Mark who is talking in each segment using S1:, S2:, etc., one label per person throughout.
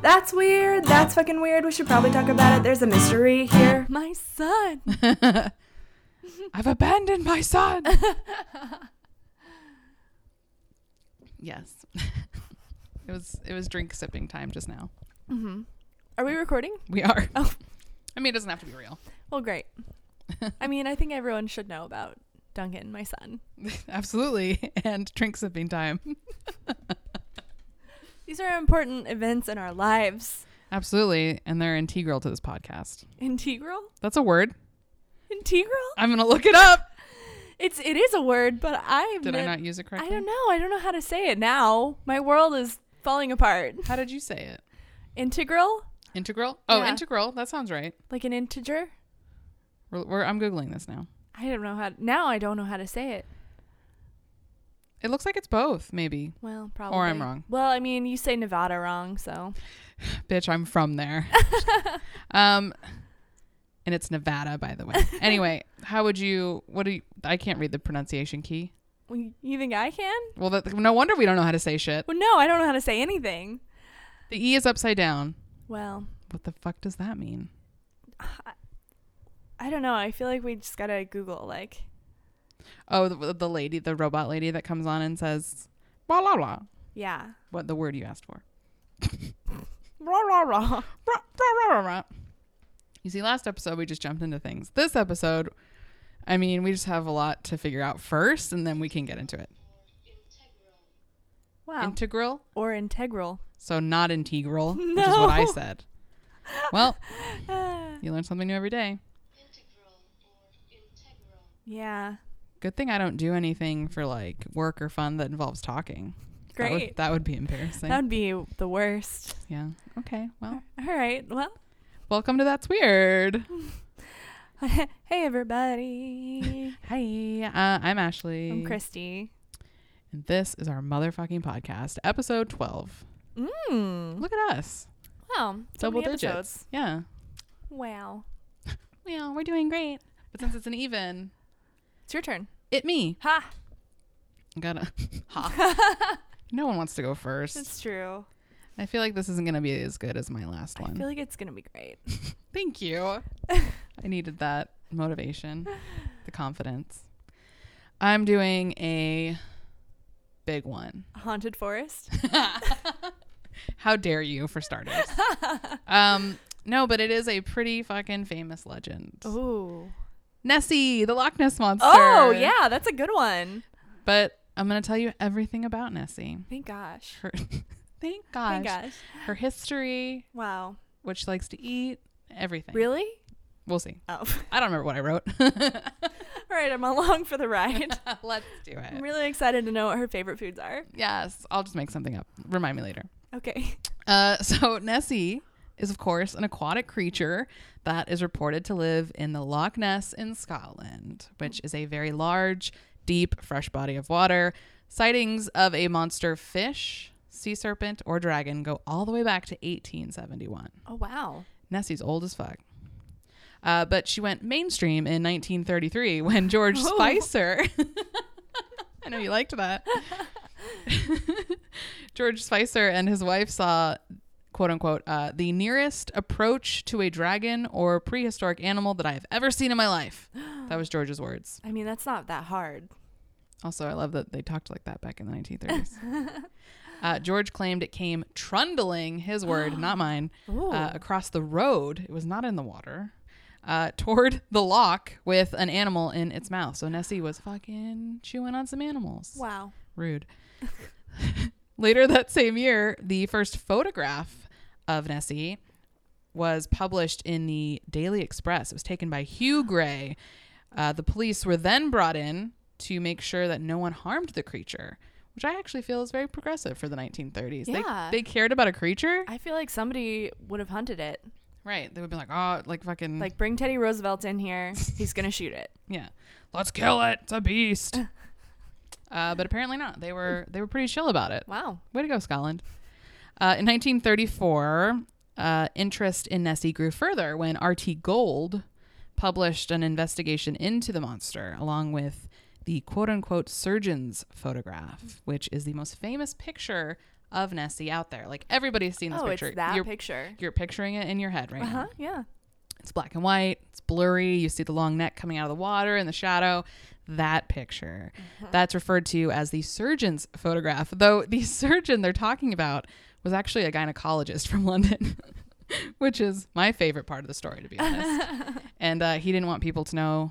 S1: that's weird. That's fucking weird. We should probably talk about it. There's a mystery here.
S2: My son.
S3: I've abandoned my son. yes. it was it was drink sipping time just now. Mm-hmm.
S2: Are we recording?
S3: We are.
S2: Oh.
S3: I mean, it doesn't have to be real.
S2: Well, great. I mean, I think everyone should know about Duncan, my son.
S3: Absolutely. And drink sipping time.
S2: These are important events in our lives.
S3: Absolutely. And they're integral to this podcast.
S2: Integral?
S3: That's a word.
S2: Integral?
S3: I'm going to look it up.
S2: It's it is a word, but I
S3: Did I not use it correctly?
S2: I don't know. I don't know how to say it now. My world is falling apart.
S3: How did you say it?
S2: Integral?
S3: Integral? Oh,
S2: Yeah.
S3: integral. That sounds right.
S2: Like an integer?
S3: We're, we're, I'm Googling this now.
S2: I don't know how now I don't know how to say it.
S3: It looks like it's both, maybe.
S2: Well, probably.
S3: I'm wrong.
S2: Well, I mean, you say Nevada wrong, so
S3: Bitch, I'm from there. um, and it's Nevada, by the way. Anyway, how would you? What do you? I can't read the pronunciation key.
S2: Well, you think I can?
S3: Well, that, no wonder we don't know how to say shit.
S2: Well, no, I don't know how to say anything.
S3: The E is upside down.
S2: Well,
S3: What the fuck does that mean?
S2: I don't know. I feel like we just gotta Google like
S3: Oh, the, the lady, the robot lady that comes on and says, blah, blah, blah.
S2: yeah.
S3: What the word you asked for.
S2: Rah rah rah.
S3: Rah, rah, rah, rah, rah. You see, last episode, we just jumped into things. This episode, I mean, we just have a lot to figure out first, and then we can get into it.
S2: Wow.
S3: Integral?
S2: or integral.
S3: So not integral, which is what I
S2: No. Ah.
S3: said. Well, you learn something new every day.
S2: Yeah.
S3: Good thing I don't do anything for like work or fun that involves talking. That would,
S2: Great.
S3: that would be embarrassing.
S2: That would be the worst.
S3: yeah. Okay. Well,
S2: All right. Well,
S3: welcome to That's Weird.
S2: Mm. hey everybody.
S3: Hi, uh, I'm Ashley.
S2: I'm Christy.
S3: And this is our motherfucking podcast, episode 12.
S2: Mm.
S3: Look at us.
S2: Wow. so
S3: Double
S2: many
S3: digits.
S2: episodes.
S3: Yeah.
S2: Wow.
S3: Yeah, we're doing great. But since it's an even,
S2: It's your turn.
S3: it me.
S2: Ha.
S3: Gotta. ha. No one wants to go first.
S2: It's true.
S3: I feel like this isn't going to be as good as my last
S2: I
S3: one.
S2: feel like it's gonna be great.
S3: Thank you. I needed that motivation, the confidence. I'm doing a big one.
S2: Haunted forest.
S3: How dare you for starters? um, no, but it is a pretty fucking famous legend.
S2: Ooh.
S3: Nessie, the Loch Ness monster.
S2: Oh yeah, that's a good one.
S3: But I'm going to tell you everything about Nessie.
S2: Thank gosh.
S3: Her Thank
S2: Thank
S3: gosh.
S2: gosh.
S3: Her history,
S2: Wow.
S3: what she likes to eat, everything.
S2: Really?
S3: We'll see.
S2: Oh.
S3: I don't remember what I wrote.
S2: All right, I'm along for the ride.
S3: Let's do it.
S2: I'm really excited to know what her favorite foods are.
S3: Yes, I'll just make something up. Remind me later.
S2: Okay.
S3: Uh, so Nessie is, of course, an aquatic creature that is reported to live in the Loch Ness in Scotland, which is a very large, deep, fresh body of water. Sightings of a monster fish, sea serpent, or dragon go all the way back to 1871.
S2: Oh wow.
S3: Nessie's old as fuck. Uh, but she went mainstream in 1933 when George
S2: Oh.
S3: Spicer. I know you liked that. George Spicer and his wife saw, quote unquote, uh, the nearest approach to a dragon or prehistoric animal that I have ever seen in my life. That was George's words.
S2: I mean, that's not that hard.
S3: Also, I love that they talked like that back in the 1930s. uh, George claimed it came trundling, his word, not mine, uh, across the road. It was not in the water. Uh, toward the lock with an animal in its mouth. So Nessie was fucking chewing on some animals.
S2: Wow.
S3: Rude. Later that same year, the first photograph of Nessie was published in the Daily Express. It was taken by Hugh Gray. Uh, the police were then brought in to make sure that no one harmed the creature, which I actually feel is very progressive for the 1930s.
S2: Yeah.
S3: They, they cared about a creature?
S2: I feel like somebody would have hunted it.
S3: right. They would be like, oh, like fucking.
S2: Like, bring Teddy Roosevelt in here. He's gonna shoot it.
S3: Yeah. Let's kill it. It's a beast. uh, but apparently not. They were they were pretty chill about it.
S2: Wow.
S3: Way to go, Scotland. Uh, in 1934, uh, interest in Nessie grew further when R.T. Gold published an investigation into the monster, along with the quote unquote surgeon's photograph, which is the most famous picture of Nessie out there. Like everybody's seen this
S2: Oh,
S3: picture.
S2: it's that
S3: you're,
S2: picture.
S3: you're picturing it in your head right
S2: Uh huh.
S3: now.
S2: Yeah.
S3: It's black and white. It's blurry. You see the long neck coming out of the water in the shadow. That picture. That's referred to as the surgeon's photograph. Though the surgeon they're talking about was actually a gynecologist from London, which is my favorite part of the story, to be honest. and uh, he didn't want people to know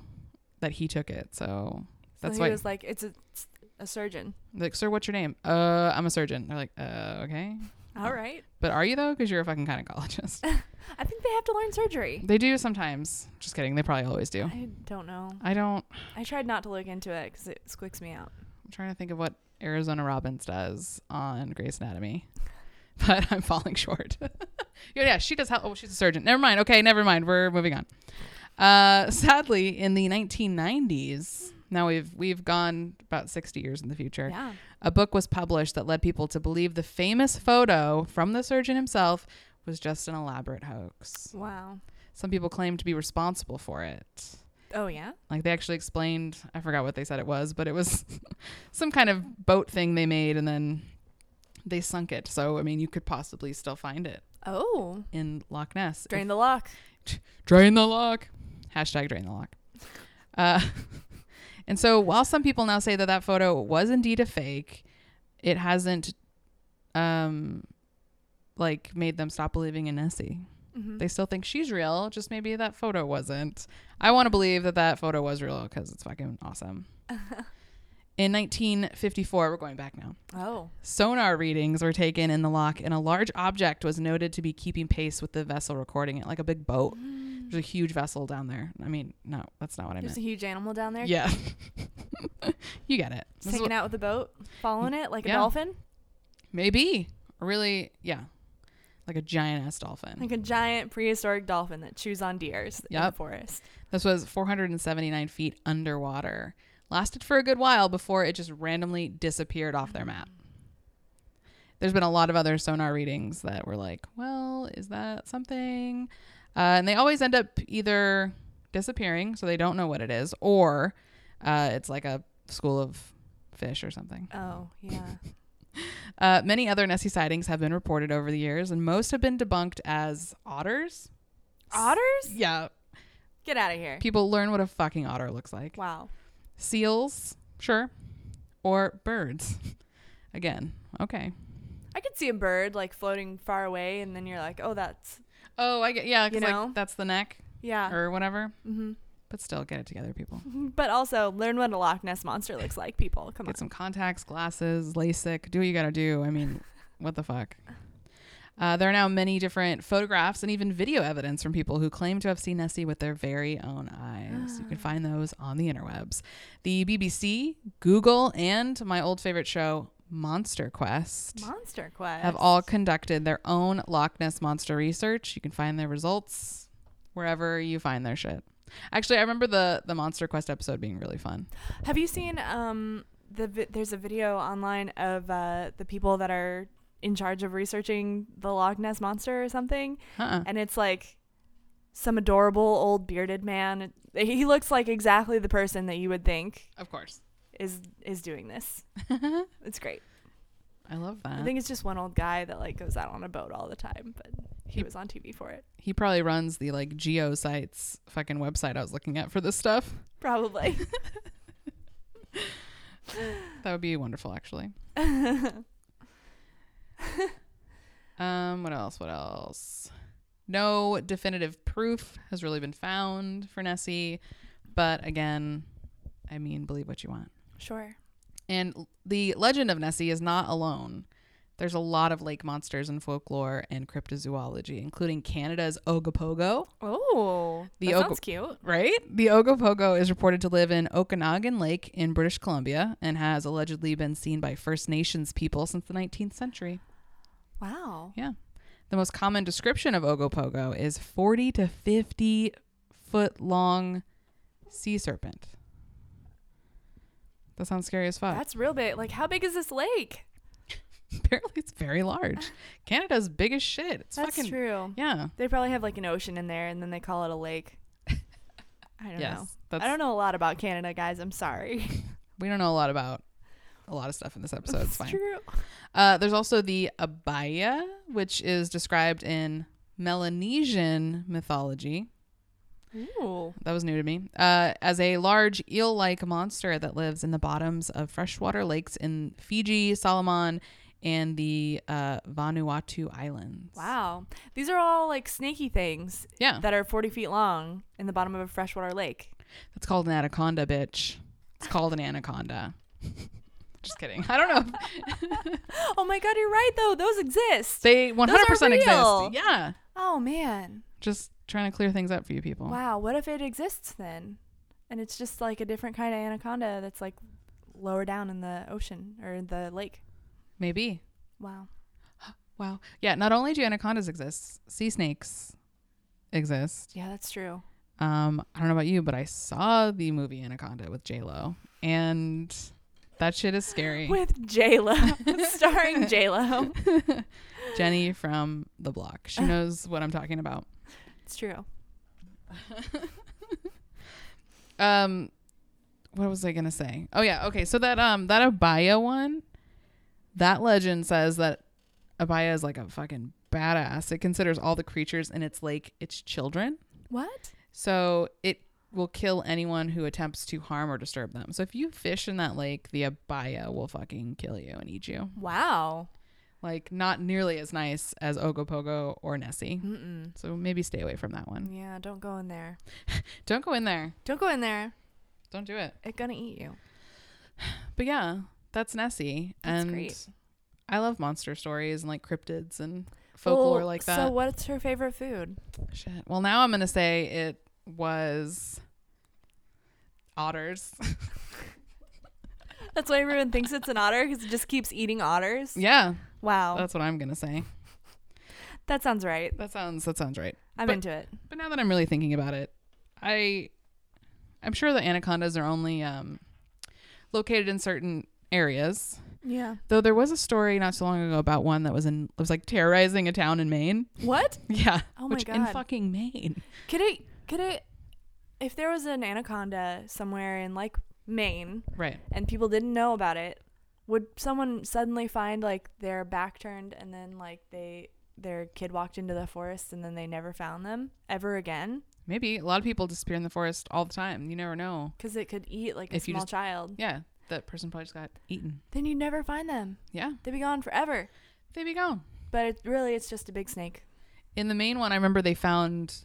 S3: that he took it. So that's
S2: so
S3: why
S2: he was like, it's a, it's a surgeon.
S3: like, sir, what's your name? Uh, I'm a surgeon. They're like, uh, okay.
S2: All right.
S3: But are you though? Because you're a fucking gynecologist.
S2: I think they have to learn surgery.
S3: they do sometimes. Just kidding. They probably always do.
S2: I don't know.
S3: I don't.
S2: I tried not to look into it because it squicks me out.
S3: I'm trying to think of what Arizona Robbins does on Grey's Anatomy, but I'm falling short. yeah, yeah, she does. Help. Oh, she's a surgeon. Never mind. Okay, never mind. We're moving on. Uh, sadly, in the 1990s, now we've we've gone about 60 years in the future.
S2: Yeah.
S3: A book was published that led people to believe the famous photo from the surgeon himself was just an elaborate hoax.
S2: Wow.
S3: Some people claim to be responsible for it.
S2: Oh yeah.
S3: Like they actually explained, I forgot what they said it was, but it was some kind of boat thing they made and then they sunk it. So, I mean, you could possibly still find it
S2: Oh.
S3: in Loch Ness.
S2: Drain the lock.
S3: Drain the lock. Hashtag drain the lock. Uh, and so, while some people now say that that photo was indeed a fake, it hasn't, um, like made them stop believing in Nessie.
S2: Mhm.
S3: They still think she's real. Just maybe that photo wasn't. I want to believe that that photo was real because it's fucking awesome. in 1954, we're going back now.
S2: Oh.
S3: Sonar readings were taken in the lock, and a large object was noted to be keeping pace with the vessel recording it, like a big boat. There's a huge vessel down there. I mean, no, that's not what I
S2: There's
S3: meant.
S2: a huge animal down there.
S3: Yeah, you get it.
S2: Just
S3: This is
S2: hanging
S3: what-
S2: out with the boat, following it like a
S3: Yeah.
S2: dolphin,
S3: maybe really, yeah, like a giant ass dolphin.
S2: like a giant prehistoric dolphin that chews on deers in the
S3: Yep.
S2: forest.
S3: This was 479 feet underwater. Lasted for a good while before it just randomly disappeared off their map. There's been a lot of other sonar readings that were like, well, is that something? Uh, and they always end up either disappearing, so they don't know what it is, or uh, it's like a school of fish or something.
S2: Oh yeah.
S3: Uh, many other Nessie sightings have been reported over the years, and most have been debunked as otters.
S2: Otters?
S3: Yeah,
S2: Get out of here.
S3: people learn what a fucking otter looks like.
S2: Wow.
S3: seals, sure, or birds. Again, okay.
S2: I could see a bird like floating far away, and then you're like, oh, that's
S3: Oh, I get yeah, 'cause,
S2: You know?
S3: like that's the neck
S2: yeah.
S3: or whatever.
S2: hmm
S3: But still, get it together, people.
S2: But also learn what a Loch Ness monster looks like, people. Come on.
S3: Get some contacts, glasses, LASIK. Do what you gotta do. I mean, what the fuck. Uh, there are now many different photographs and even video evidence from people who claim to have seen Nessie with their very own eyes. You can find those on the interwebs. The BBC, Google, and my old favorite show, Monster Quest.
S2: Monster Quest.
S3: have all conducted their own Loch Ness monster research. You can find their results wherever you find their shit. Actually, I remember the the Monster Quest episode being really fun.
S2: Have you seen um the vi- there's a video online of uh the people that are in charge of researching the Loch Ness monster or something,
S3: Uh-uh.
S2: and it's like some adorable old bearded man. He looks like exactly the person that you would think
S3: Of course.
S2: is is doing this. It's great.
S3: I love that.
S2: I think it's just one old guy that like goes out on a boat all the time, but he
S3: He-
S2: was on TV for it.
S3: he probably runs the like geo sites fucking website I was looking at for this stuff.
S2: Probably.
S3: That would be wonderful actually. um what else? What else? No definitive proof has really been found for Nessie, but again, I mean, believe what you want.
S2: sure.
S3: And l- the legend of Nessie is not alone. There's a lot of lake monsters in folklore and cryptozoology, including Canada's Ogopogo,
S2: Oh,
S3: The
S2: that
S3: ogle-
S2: sounds cute.
S3: right? The Ogopogo is reported to live in Okanagan Lake in British Columbia and has allegedly been seen by First Nations people since the 19th century.
S2: Wow.
S3: Yeah. The most common description of Ogopogo is 40 to 50 foot long sea serpent. That sounds scary as fuck.
S2: That's real big. Like, how big is this lake?
S3: apparently it's very large. Canada's big as shit. It's
S2: That's
S3: fucking
S2: true.
S3: yeah.
S2: They probably have like an ocean in there, and then they call it a lake. I don't
S3: Yes,
S2: know.
S3: that's
S2: I don't know a lot about Canada, guys. I'm sorry.
S3: we don't know a lot about a lot of stuff in this episode. It's fine.
S2: True.
S3: Uh, there's also the abaya, which is described in Melanesian mythology.
S2: Ooh.
S3: That was new to me. Uh, as a large eel like monster that lives in the bottoms of freshwater lakes in Fiji, Solomon, and the uh, Vanuatu Islands.
S2: Wow. These are all like snaky things
S3: Yeah.
S2: that are 40 feet long in the bottom of a freshwater lake.
S3: That's called an anaconda, bitch. It's called an anaconda. Just kidding. I don't know. if-
S2: Oh my God, you're right though. Those exist.
S3: They 100%
S2: real.
S3: exist. Yeah.
S2: Oh man.
S3: Just trying to clear things up for you people.
S2: Wow. What if it exists then? And it's just like a different kind of anaconda that's like lower down in the ocean or in the lake.
S3: Maybe.
S2: Wow.
S3: Wow. Yeah. Not only do anacondas exist, sea snakes exist.
S2: Yeah, that's true.
S3: Um, I don't know about you, but I saw the movie Anaconda with J Lo, and that shit is scary.
S2: With J Lo, starring J Lo.
S3: Jenny from the block.
S2: Uh.
S3: She knows what I'm talking about.
S2: It's true.
S3: Um, what was I gonna say? Oh yeah, okay. So that um that Abaya one, that legend says that Abaya is like a fucking badass. It considers all the creatures in its lake its children.
S2: What?
S3: So it will kill anyone who attempts to harm or disturb them. So if you fish in that lake, the abaya will fucking kill you and eat you.
S2: Wow.
S3: Like not nearly as nice as Ogopogo or Nessie.
S2: Mm-mm.
S3: So maybe stay away from that one.
S2: Yeah, don't go in there.
S3: Don't go in there.
S2: Don't go in there.
S3: Don't do it.
S2: It's gonna eat you.
S3: But yeah, that's Nessie.
S2: That's
S3: and
S2: great.
S3: I love monster stories and like cryptids and folklore
S2: Well,
S3: like that.
S2: So, what's her favorite food?
S3: Shit. Well, now I'm gonna say it was otters.
S2: That's why everyone thinks it's an otter because it just keeps eating otters.
S3: yeah,
S2: Wow,
S3: that's what I'm gonna say.
S2: that sounds right.
S3: That sounds that sounds right.
S2: I'm
S3: but-
S2: into it.
S3: But now that I'm really thinking about it, I I'm sure the anacondas are only um, located in certain areas.
S2: Yeah.
S3: Though there was a story not so long ago about one that was in it was like terrorizing a town in Maine.
S2: What?
S3: Yeah.
S2: Oh my
S3: which in
S2: God.
S3: fucking Maine.
S2: Could it? Could it? If there was an anaconda somewhere in like Maine
S3: Right.
S2: and people didn't know about it, would someone suddenly find like their back turned and then like they their kid walked into the forest and then they never found them ever again
S3: Maybe a lot of people disappear in the forest all the time. You never know.
S2: because it could eat like a
S3: If you
S2: small
S3: just-
S2: child?
S3: Yeah. That person probably just got eaten.
S2: Then you'd never find them.
S3: Yeah.
S2: They'd be gone forever.
S3: They'd be gone.
S2: But it, really, it's just a big snake.
S3: In the Maine one, I remember they found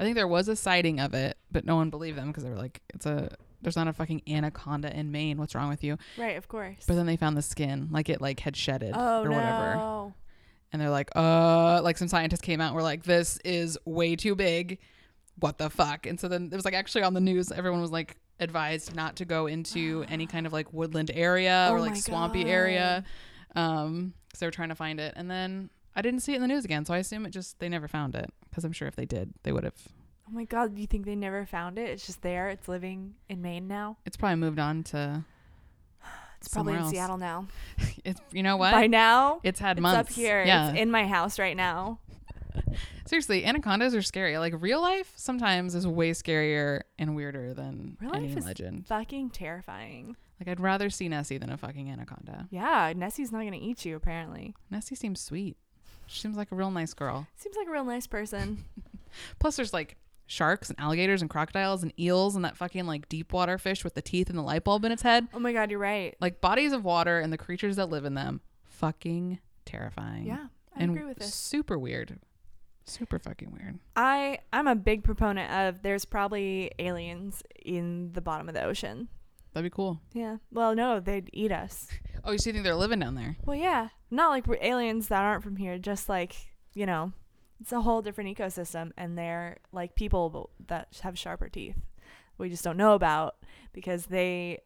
S3: I think there was a sighting of it, but no one believed them because they were like, it's a there's not a fucking anaconda in Maine. What's wrong with you?
S2: Right, of course.
S3: But then they found the skin, like it like had shedded
S2: oh
S3: or
S2: no.
S3: whatever. And they're like, uh, like some scientists came out and were like, this is way too big. What the fuck? And so then it was like actually on the news, everyone was like advised not to go into any kind of like woodland area or
S2: Oh
S3: like
S2: my
S3: swampy area. Um, because they were trying to find it. And then I didn't see it in the news again. So I assume it just, they never found it. Because I'm sure if they did, they would have.
S2: Oh my god, do you think they never found it? It's just there. It's living in Maine now.
S3: It's probably moved on to,
S2: It's probably
S3: Somewhere
S2: in
S3: else.
S2: Seattle now.
S3: it's, you know what?
S2: By now,
S3: it's had
S2: it's
S3: months.
S2: up here.
S3: Yeah.
S2: It's in my house right now.
S3: Seriously, anacondas are scary. Like real life sometimes is way scarier and weirder than
S2: Real
S3: any
S2: life is-
S3: legend.
S2: Fucking terrifying.
S3: Like I'd rather see Nessie than a fucking anaconda.
S2: Yeah, Nessie's not gonna eat you apparently.
S3: Nessie seems sweet. She seems like a real nice girl.
S2: Seems like a real nice person.
S3: Plus there's like sharks and alligators and crocodiles and eels and that fucking like deep water fish with the teeth and the light bulb in its head.
S2: oh my god, you're right.
S3: Like bodies of water and the creatures that live in them. Fucking terrifying.
S2: Yeah, I
S3: and
S2: agree with this.
S3: Super weird. Super fucking weird.
S2: I I'm a big proponent of there's probably aliens in the bottom of the ocean.
S3: That'd be cool.
S2: Yeah. Well, no, they'd eat us.
S3: Oh, you see think they're living down there.
S2: Well, yeah, not like we're aliens that aren't from here. Just like you know, it's a whole different ecosystem, and they're like people bu- that have sharper teeth. We just don't know about because they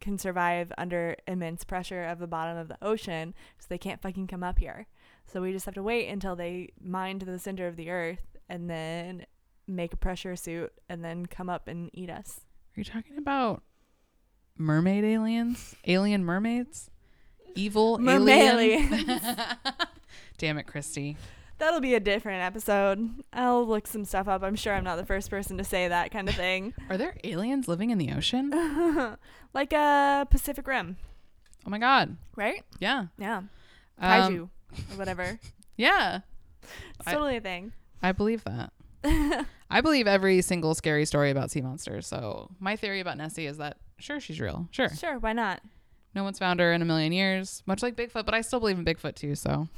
S2: can survive under immense pressure of the bottom of the ocean, so they can't fucking come up here. So we just have to wait until they mine to the center of the earth and then make a pressure suit and then come up and eat us.
S3: Are you talking about mermaid aliens? Alien mermaids? Evil aliens?
S2: Mermaid.
S3: Damn it, Christy.
S2: That'll be a different episode. I'll look some stuff up. I'm sure I'm not the first person to say that kind of thing.
S3: Are there aliens living in the ocean?
S2: like a Pacific Rim.
S3: Oh my god.
S2: right?
S3: Yeah.
S2: Yeah,
S3: Um,
S2: kaiju, or whatever.
S3: yeah.
S2: It's
S3: I-
S2: totally a thing.
S3: I believe that. I believe every single scary story about sea monsters. So my theory about Nessie is that sure she's real. Sure.
S2: Sure, why not?
S3: No one's found her in a million years, much like Bigfoot, but I still believe in Bigfoot too, so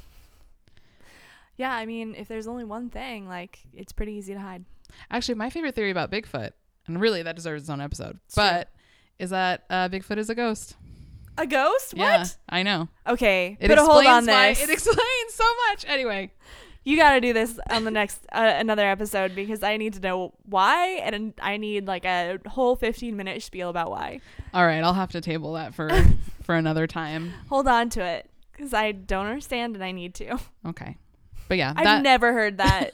S2: Yeah, I mean, if there's only one thing, like it's pretty easy to hide.
S3: Actually, my favorite theory about Bigfoot, and really that deserves its own episode,
S2: true.
S3: but is that uh, Bigfoot is a ghost.
S2: A ghost? What?
S3: Yeah, I know.
S2: Okay,
S3: It
S2: put a hold on this.
S3: explains why. It explains so much. Anyway,
S2: you got to do this on the next uh, another episode because I need to know why, and I need like a whole 15 minute spiel about why.
S3: all right, I'll have to table that for for another time.
S2: Hold on to it because I don't understand and I need to.
S3: Okay, but yeah,
S2: I've
S3: that
S2: never heard that,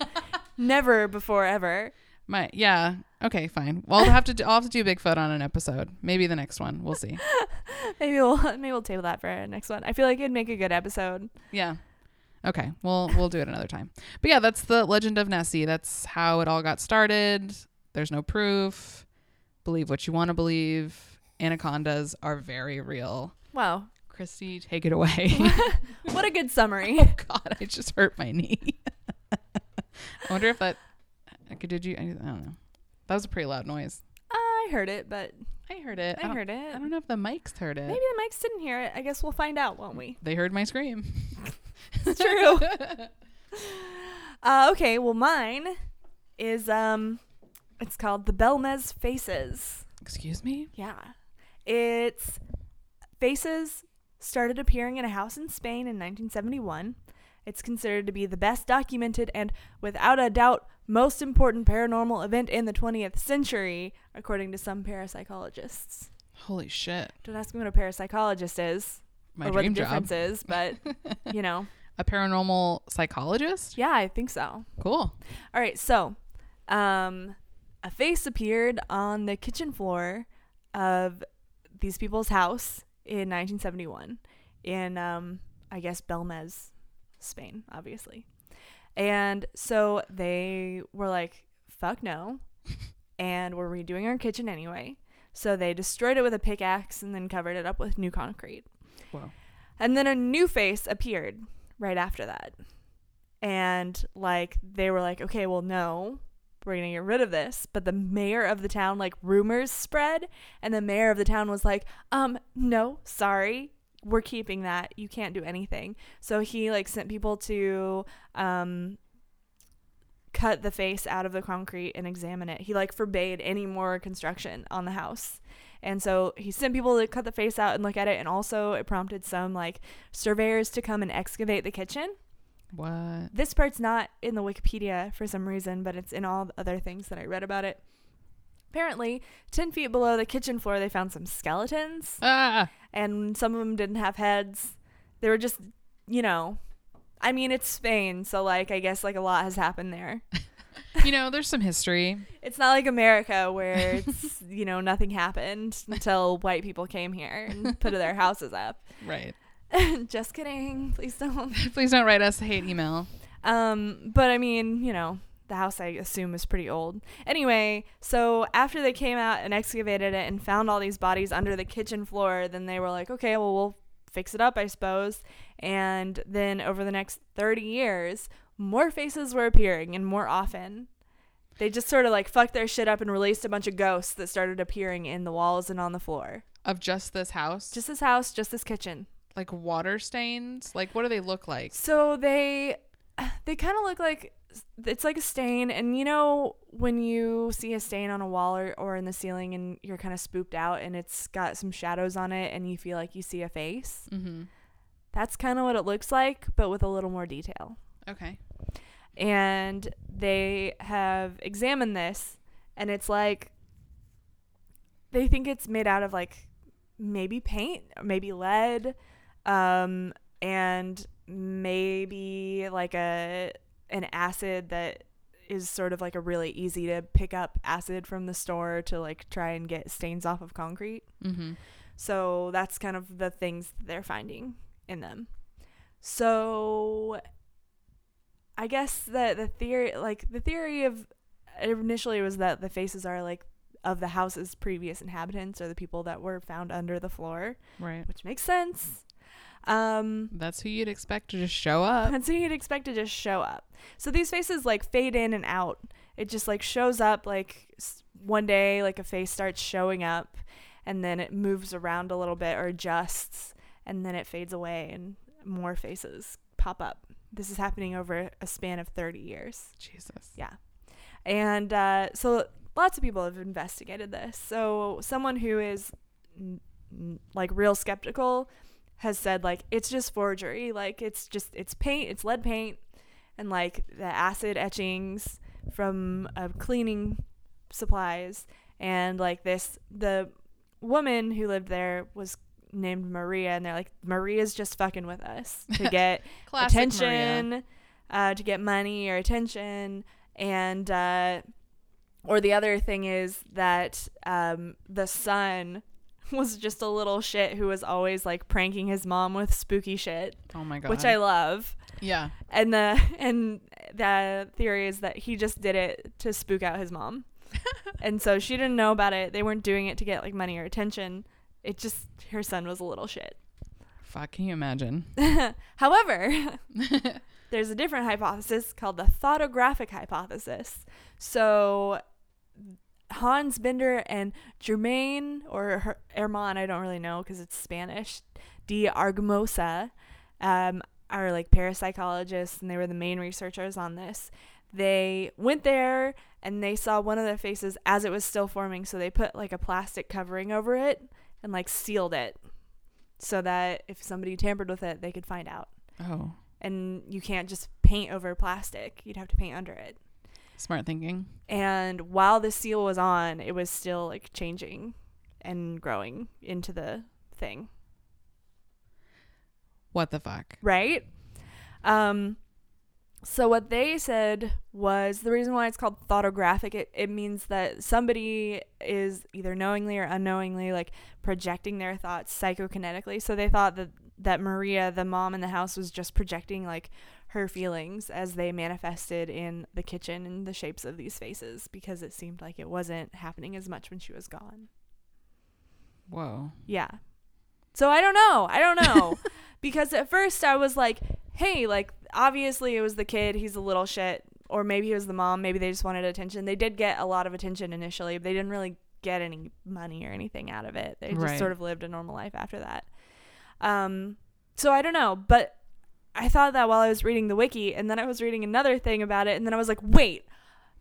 S2: never before ever.
S3: my yeah. Okay, fine. Well, I'll have to do, I'll have to do Bigfoot on an episode. Maybe the next one. We'll see.
S2: Maybe we'll maybe we'll table that for our next one. I feel like it'd make a good episode.
S3: Yeah. Okay, we'll we'll do it another time. But yeah, that's the legend of Nessie. That's how it all got started. There's no proof. Believe what you want to believe. Anacondas are very real.
S2: Wow,
S3: Christy, take it away.
S2: what a good summary.
S3: God, I just hurt my knee. I wonder if that. Okay, did you? I don't know. That was a pretty loud noise.
S2: I heard it, but
S3: I heard it.
S2: I,
S3: don't-
S2: heard it.
S3: I don't know if the mics heard it.
S2: Maybe the mics didn't hear it. I guess we'll find out, won't we?
S3: They heard my scream.
S2: It's true. uh, okay, well, mine is um, it's called the Belmez Faces.
S3: Excuse me.
S2: Yeah, it's faces started appearing in a house in Spain in 1971. It's considered to be the best documented and, without a doubt, most important paranormal event in the 20th century, according to some parapsychologists.
S3: Holy shit!
S2: Don't ask me what a parapsychologist is
S3: My
S2: or what the
S3: dream job.
S2: difference is, but you know,
S3: A paranormal psychologist.
S2: yeah, I think so.
S3: Cool.
S2: All right, so um, a face appeared on the kitchen floor of these people's house in 1971 in, um, I guess, Belmez, Spain, obviously. And so they were like, fuck no. And we're redoing our kitchen anyway. So they destroyed it with a pickaxe and then covered it up with new concrete.
S3: Wow.
S2: And then a new face appeared right after that. And like they were like, okay, well, no, we're gonna get rid of this. But the mayor of the town, like rumors spread, and the mayor of the town was like, um, no, sorry, we're keeping that. You can't do anything. So he like sent people to um cut the face out of the concrete and examine it. He like forbade any more construction on the house. And so he sent people to cut the face out and look at it and also it prompted some like surveyors to come and excavate the kitchen.
S3: What?
S2: This part's not in the Wikipedia for some reason, but it's in all the other things that I read about it. Apparently, 10 feet below the kitchen floor, they found some skeletons
S3: Ah.
S2: and some of them didn't have heads. They were just, you know, I mean, it's Spain, so like I guess like a lot has happened there.
S3: You know, there's some history.
S2: It's not like America where it's, you know, nothing happened until white people came here and put their houses up.
S3: Right.
S2: just kidding. Please don't.
S3: Please don't write us a hate email.
S2: Um, but I mean, you know, the house I assume is pretty old. Anyway, so after they came out and excavated it and found all these bodies under the kitchen floor, then they were like, okay, well, we'll fix it up, I suppose. And then over the next 30 years, more faces were appearing and more often. They just sort of like fucked their shit up and released a bunch of ghosts that started appearing in the walls and on the floor.
S3: Of just this house? Just
S2: Just this house, just this kitchen.
S3: like water stains? Like what do they look like?
S2: So they they kind of look like it's like a stain and you know when you see a stain on a wall or, or in the ceiling and you're kind of spooked out and it's got some shadows on it and you feel like you see a face
S3: Mm-hmm.
S2: that's kind of what it looks like but with a little more detail
S3: Okay.
S2: and they have examined this and it's like they think it's made out of like maybe paint maybe lead um and maybe like a an acid that is sort of like a really easy to pick up acid from the store to like try and get stains off of concrete
S3: Mm-hmm.
S2: so that's kind of the things that they're finding in them. So I guess the the theory like the theory of initially was that the faces are like of the house's previous inhabitants or the people that were found under the floor,
S3: Right.
S2: which makes sense. Um,
S3: That's who you'd expect to just show up.
S2: and so you'd expect to just show up. So these faces like fade in and out. It just like shows up like s- one day, like a face starts showing up, and then it moves around a little bit or adjusts, and then it fades away, and more faces pop up. This is happening over a span of 30 years.
S3: Jesus.
S2: And uh, so lots of people have investigated this. So someone who is n- n- like real skeptical has said like it's just forgery, like it's just it's paint, it's lead paint, and like the acid etchings from uh, cleaning supplies, and like this the woman who lived there was named Maria, and they're like Maria's just fucking with us to get
S3: Classic Maria.
S2: attention uh, to get money or attention and uh, or the other thing is that um, the son was just a little shit who was always like pranking his mom with spooky shit
S3: Oh my god.
S2: which i love
S3: yeah.
S2: and the and the theory is that he just did it to spook out his mom and so she didn't know about it they weren't doing it to get like money or attention it just her son was a little shit
S3: Fuck. Can you imagine?
S2: However, there's a different hypothesis called the thoughtographic hypothesis. So Hans Binder and Germain or Her- Herman, I don't really know because it's Spanish, de Argamosa, um, are like parapsychologists and they were the main researchers on this. They went there and they saw one of the faces as it was still forming, so they put like a plastic covering over it and like sealed it so that if somebody tampered with it, they could find out.
S3: Oh,
S2: And you can't just paint over plastic, you'd have to paint under it.
S3: smart thinking.
S2: And while the seal was on, it was still like changing and growing into the thing,
S3: What the fuck?
S2: right? Um so what they said was the reason why it's called thoughtographic it, it means that somebody is either knowingly or unknowingly like projecting their thoughts psychokinetically so they thought that that maria the mom in the house was just projecting like her feelings as they manifested in the kitchen in the shapes of these faces because it seemed like it wasn't happening as much when she was gone
S3: Whoa.
S2: yeah. So I don't know. I don't know. because at first I was like, hey, like, obviously it was the kid. He's a little shit. Or maybe it was the mom. Maybe they just wanted attention. They did get a lot of attention initially, but they didn't really get any money or anything out of it. They just
S3: Right.
S2: sort of lived a normal life after that. Um, so I don't know. But I thought that while I was reading the wiki, and then I was reading another thing about it, and then I was like, wait,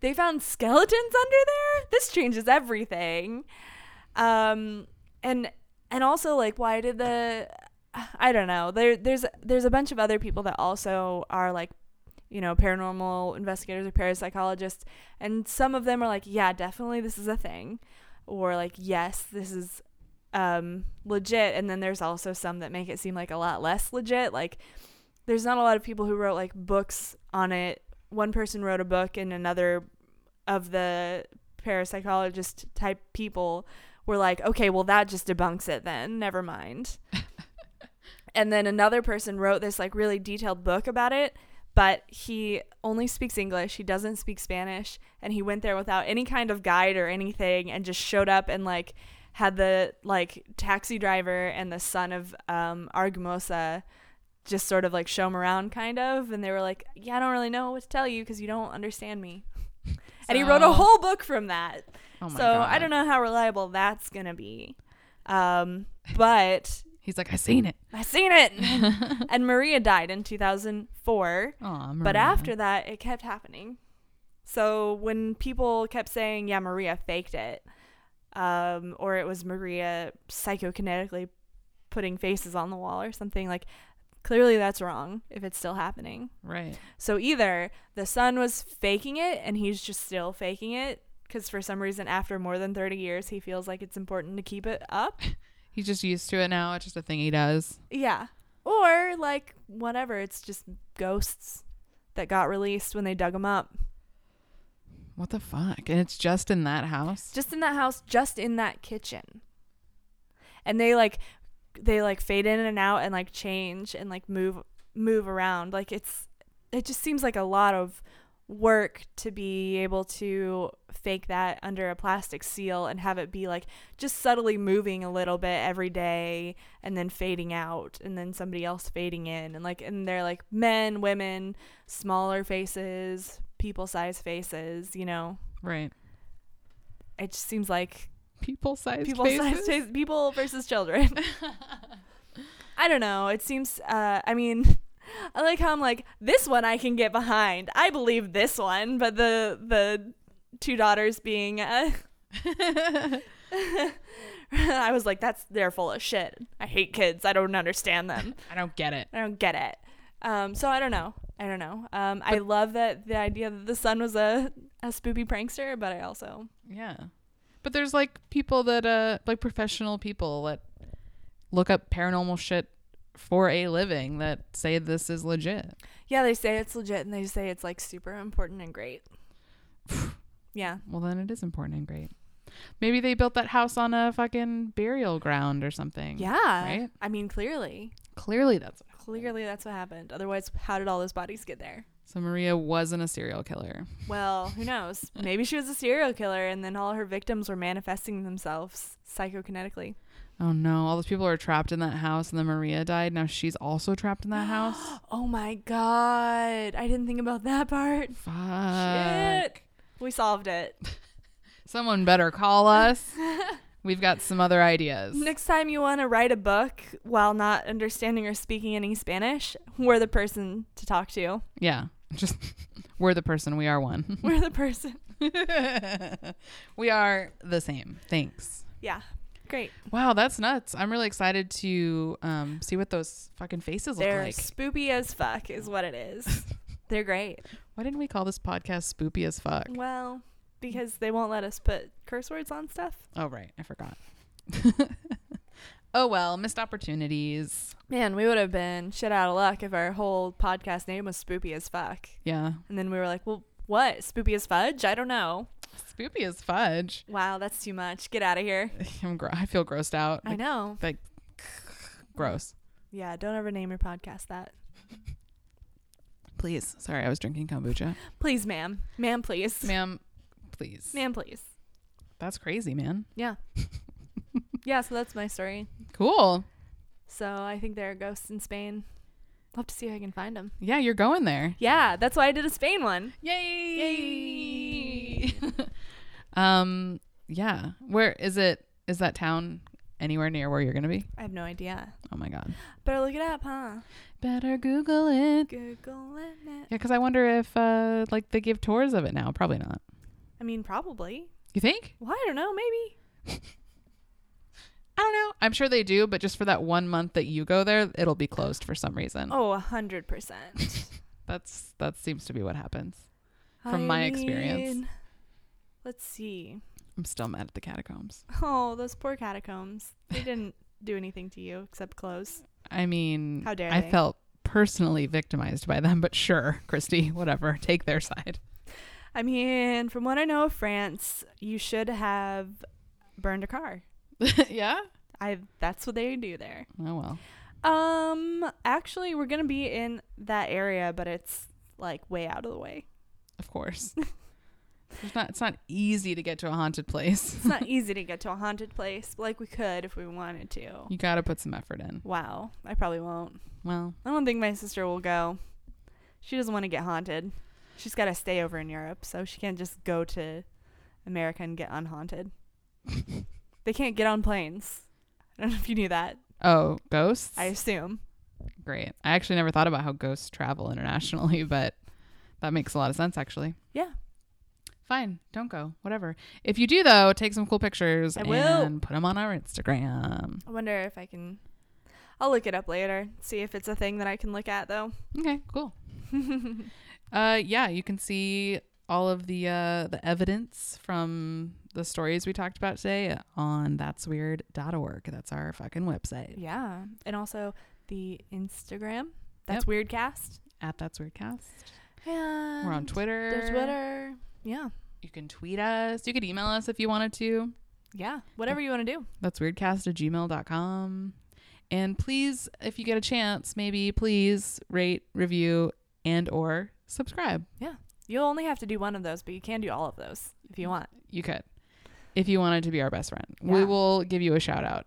S2: they found skeletons under there? This changes everything. Um, and and also like why did the I don't know. There there's there's a bunch of other people that also are like you know, paranormal investigators or parapsychologists and some of them are like, yeah, definitely this is a thing or like yes, this is um legit and then there's also some that make it seem like a lot less legit. Like there's not a lot of people who wrote like books on it. One person wrote a book and another of the parapsychologist type people were like, okay, well, that just debunks it then. Never mind. and then another person wrote this like really detailed book about it, but he only speaks English. He doesn't speak Spanish. And he went there without any kind of guide or anything and just showed up and like had the like taxi driver and the son of um, Argumosa just sort of like show him around kind of. And they were like, yeah, I don't really know what to tell you because you don't understand me. And he wrote a
S3: So-
S2: whole book from that
S3: Oh my
S2: so
S3: god.
S2: I don't know how reliable that's gonna be. Um, but
S3: He's like, I seen it.
S2: I seen it. and Maria died in 2004.
S3: Aw,
S2: But
S3: Maria.
S2: after that, it kept happening. So when people kept saying, "Yeah, Maria faked it," um, or it was Maria psychokinetically putting faces on the wall or something like, clearly that's wrong if it's still happening.
S3: Right.
S2: So either the son was faking it and he's just still faking it because for some reason, after more than 30 years, he feels like it's important to keep it up.
S3: He's just used to it now. It's just a thing he does.
S2: Yeah. Or like whatever, it's just ghosts that got released when they dug him up.
S3: What the fuck? And it's just in that house.
S2: Just in that house, just in that kitchen. And they like they like fade in and out and like change and like move move around. Like it's it just seems like a lot of work to be able to fake that under a plastic seal and have it be like just subtly moving a little bit every day and then fading out and then somebody else fading in and like and they're like men, women, smaller faces, people size faces, you know.
S3: Right.
S2: It just seems like
S3: People sized
S2: people size faces, people versus children. I don't know. It seems. Uh, I mean, I like how I'm like this one I can get behind. I believe this one, but the the two daughters being, uh, I was like, that's they're full of shit. I hate kids. I don't understand them.
S3: I don't get it.
S2: I don't get it. Um, so I don't know. I don't know. Um, I love that the idea that the son was a a spoopy prankster, but I also
S3: Yeah. But there's like people that uh like professional people that look up paranormal shit for a living that say this is legit.
S2: yeah they say it's legit and they say it's like super important and great. yeah,
S3: Well then it is important and great. Maybe they built that house on a fucking burial ground or something.
S2: yeah.
S3: Right?
S2: I mean, clearly.
S3: Clearly that's
S2: Clearly, that's what happened. Otherwise, how did all those bodies get there?
S3: so Maria wasn't a serial killer.
S2: Well, who knows? Maybe she was a serial killer and then all her victims were manifesting themselves psychokinetically.
S3: Oh no, all those people are trapped in that house and then Maria died. Now she's also trapped in that house.
S2: Oh my god. I didn't think about that part.
S3: Fuck.
S2: Shit. We solved it.
S3: Someone better call us. We've got some other ideas.
S2: Next time you want to write a book while not understanding or speaking any Spanish, we're the person to talk to.
S3: Yeah. Just we're the person. We are one.
S2: We're the person.
S3: we are the same. Thanks.
S2: Yeah. Great.
S3: Wow, that's nuts. I'm really excited to um, see what those fucking faces look
S2: They're
S3: like.
S2: spoopy as fuck, is what it is. They're great.
S3: Why didn't we call this podcast spoopy as fuck?
S2: Well, because they won't let us put curse words on stuff.
S3: Oh, right. I forgot. oh, well, missed opportunities.
S2: Man, we would have been shit out of luck if our whole podcast name was Spoopy as Fuck.
S3: Yeah.
S2: And then we were like, well, what? Spoopy as Fudge? I don't know.
S3: Spoopy as fudge.
S2: Wow, that's too much. Get out of here.
S3: I'm gro- I feel grossed out.
S2: I know.
S3: Like, gross.
S2: Yeah, don't ever name your podcast that.
S3: Please. Sorry, I was drinking kombucha.
S2: Please, ma'am. Ma'am, please.
S3: Ma'am, please.
S2: Ma'am, please.
S3: That's crazy, man.
S2: Yeah. yeah, so that's my story.
S3: Cool.
S2: So I think there are ghosts in Spain. I'll have to see if I can find them.
S3: Yeah, you're going there.
S2: Yeah, that's why I did a Spain one.
S3: Yay! um, yeah. Where is it? Is that town anywhere near where you're gonna be?
S2: I have no idea.
S3: Oh my god.
S2: Better look it up, huh?
S3: Better Google it.
S2: Google it.
S3: Yeah, because I wonder if uh like they give tours of it now. Probably not.
S2: I mean, probably.
S3: You think?
S2: Well, I don't know. Maybe.
S3: I don't know. I'm sure they do, but just for that one month that you go there, it'll be closed for some reason.
S2: Oh, a hundred percent.
S3: That's that seems to be what happens. From my experience.
S2: mean, Let's see.
S3: I'm still mad at the catacombs.
S2: Oh, those poor catacombs. They didn't do anything to you except clothes.
S3: I mean,
S2: How dare
S3: I
S2: they.
S3: felt personally victimized by them, but sure, Christy, whatever, take their side.
S2: I mean, from what I know of France, you should have burned a car.
S3: yeah.
S2: I that's what they do there.
S3: Oh well.
S2: Um, actually, we're gonna be in that area, but it's like way out of the way.
S3: Of course. it's not it's not easy to get to a haunted place.
S2: It's not easy to get to a haunted place like we could if we wanted to.
S3: You got to put some effort in.
S2: Wow, I probably won't.
S3: Well,
S2: I don't think my sister will go. She doesn't want to get haunted. She's got to stay over in Europe, so she can't just go to America and get unhaunted. they can't get on planes. I don't know if you knew that.
S3: oh, ghosts?
S2: I assume.
S3: Great. I actually never thought about how ghosts travel internationally, but that makes a lot of sense actually.
S2: Yeah.
S3: Fine, don't go. Whatever. If you do though, take some cool pictures
S2: I
S3: and
S2: will.
S3: put them on our Instagram.
S2: I wonder if I can. I'll look it up later. See if it's a thing that I can look at, though.
S3: Okay, cool. uh, yeah, you can see all of the uh, the evidence from the stories we talked about today on that'sweird.org. That's our fucking website
S2: Yeah. And also the Instagram. That's
S3: Yep.
S2: Weirdcast.
S3: at That's Weird Cast.
S2: And
S3: We're on
S2: the
S3: Twitter.
S2: Twitter. Yeah.
S3: You can tweet us. You could email us if you wanted to.
S2: Yeah. Whatever you want to do.
S3: That's weirdcast at gmail.com. And please, if you get a chance, maybe please rate, review, and or subscribe.
S2: Yeah. You'll only have to do one of those, but you can do all of those if you want.
S3: You could. If you wanted to be our best friend, we
S2: Yeah.
S3: will give you a shout out.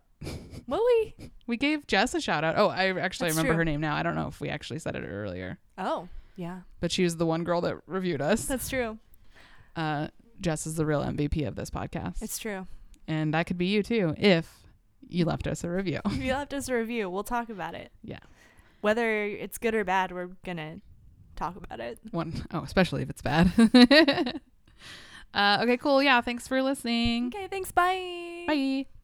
S2: Will we?
S3: We gave Jess a shout out. Oh, I actually
S2: That's
S3: remember
S2: true.
S3: her name now. I don't know if we actually said it earlier,
S2: Oh, yeah.
S3: but she was the one girl that reviewed us.
S2: That's true.
S3: Uh, Jess is the real MVP of this podcast.
S2: It's true.
S3: and that could be you too if you left us a review.
S2: If you left us a review, we'll talk about it.
S3: Yeah.
S2: Whether it's good or bad, we're going to talk about it.
S3: One, oh, especially if it's bad. uh, okay, cool. Yeah, thanks for listening.
S2: Okay, thanks. Mm-hmm. Bye.
S3: Bye.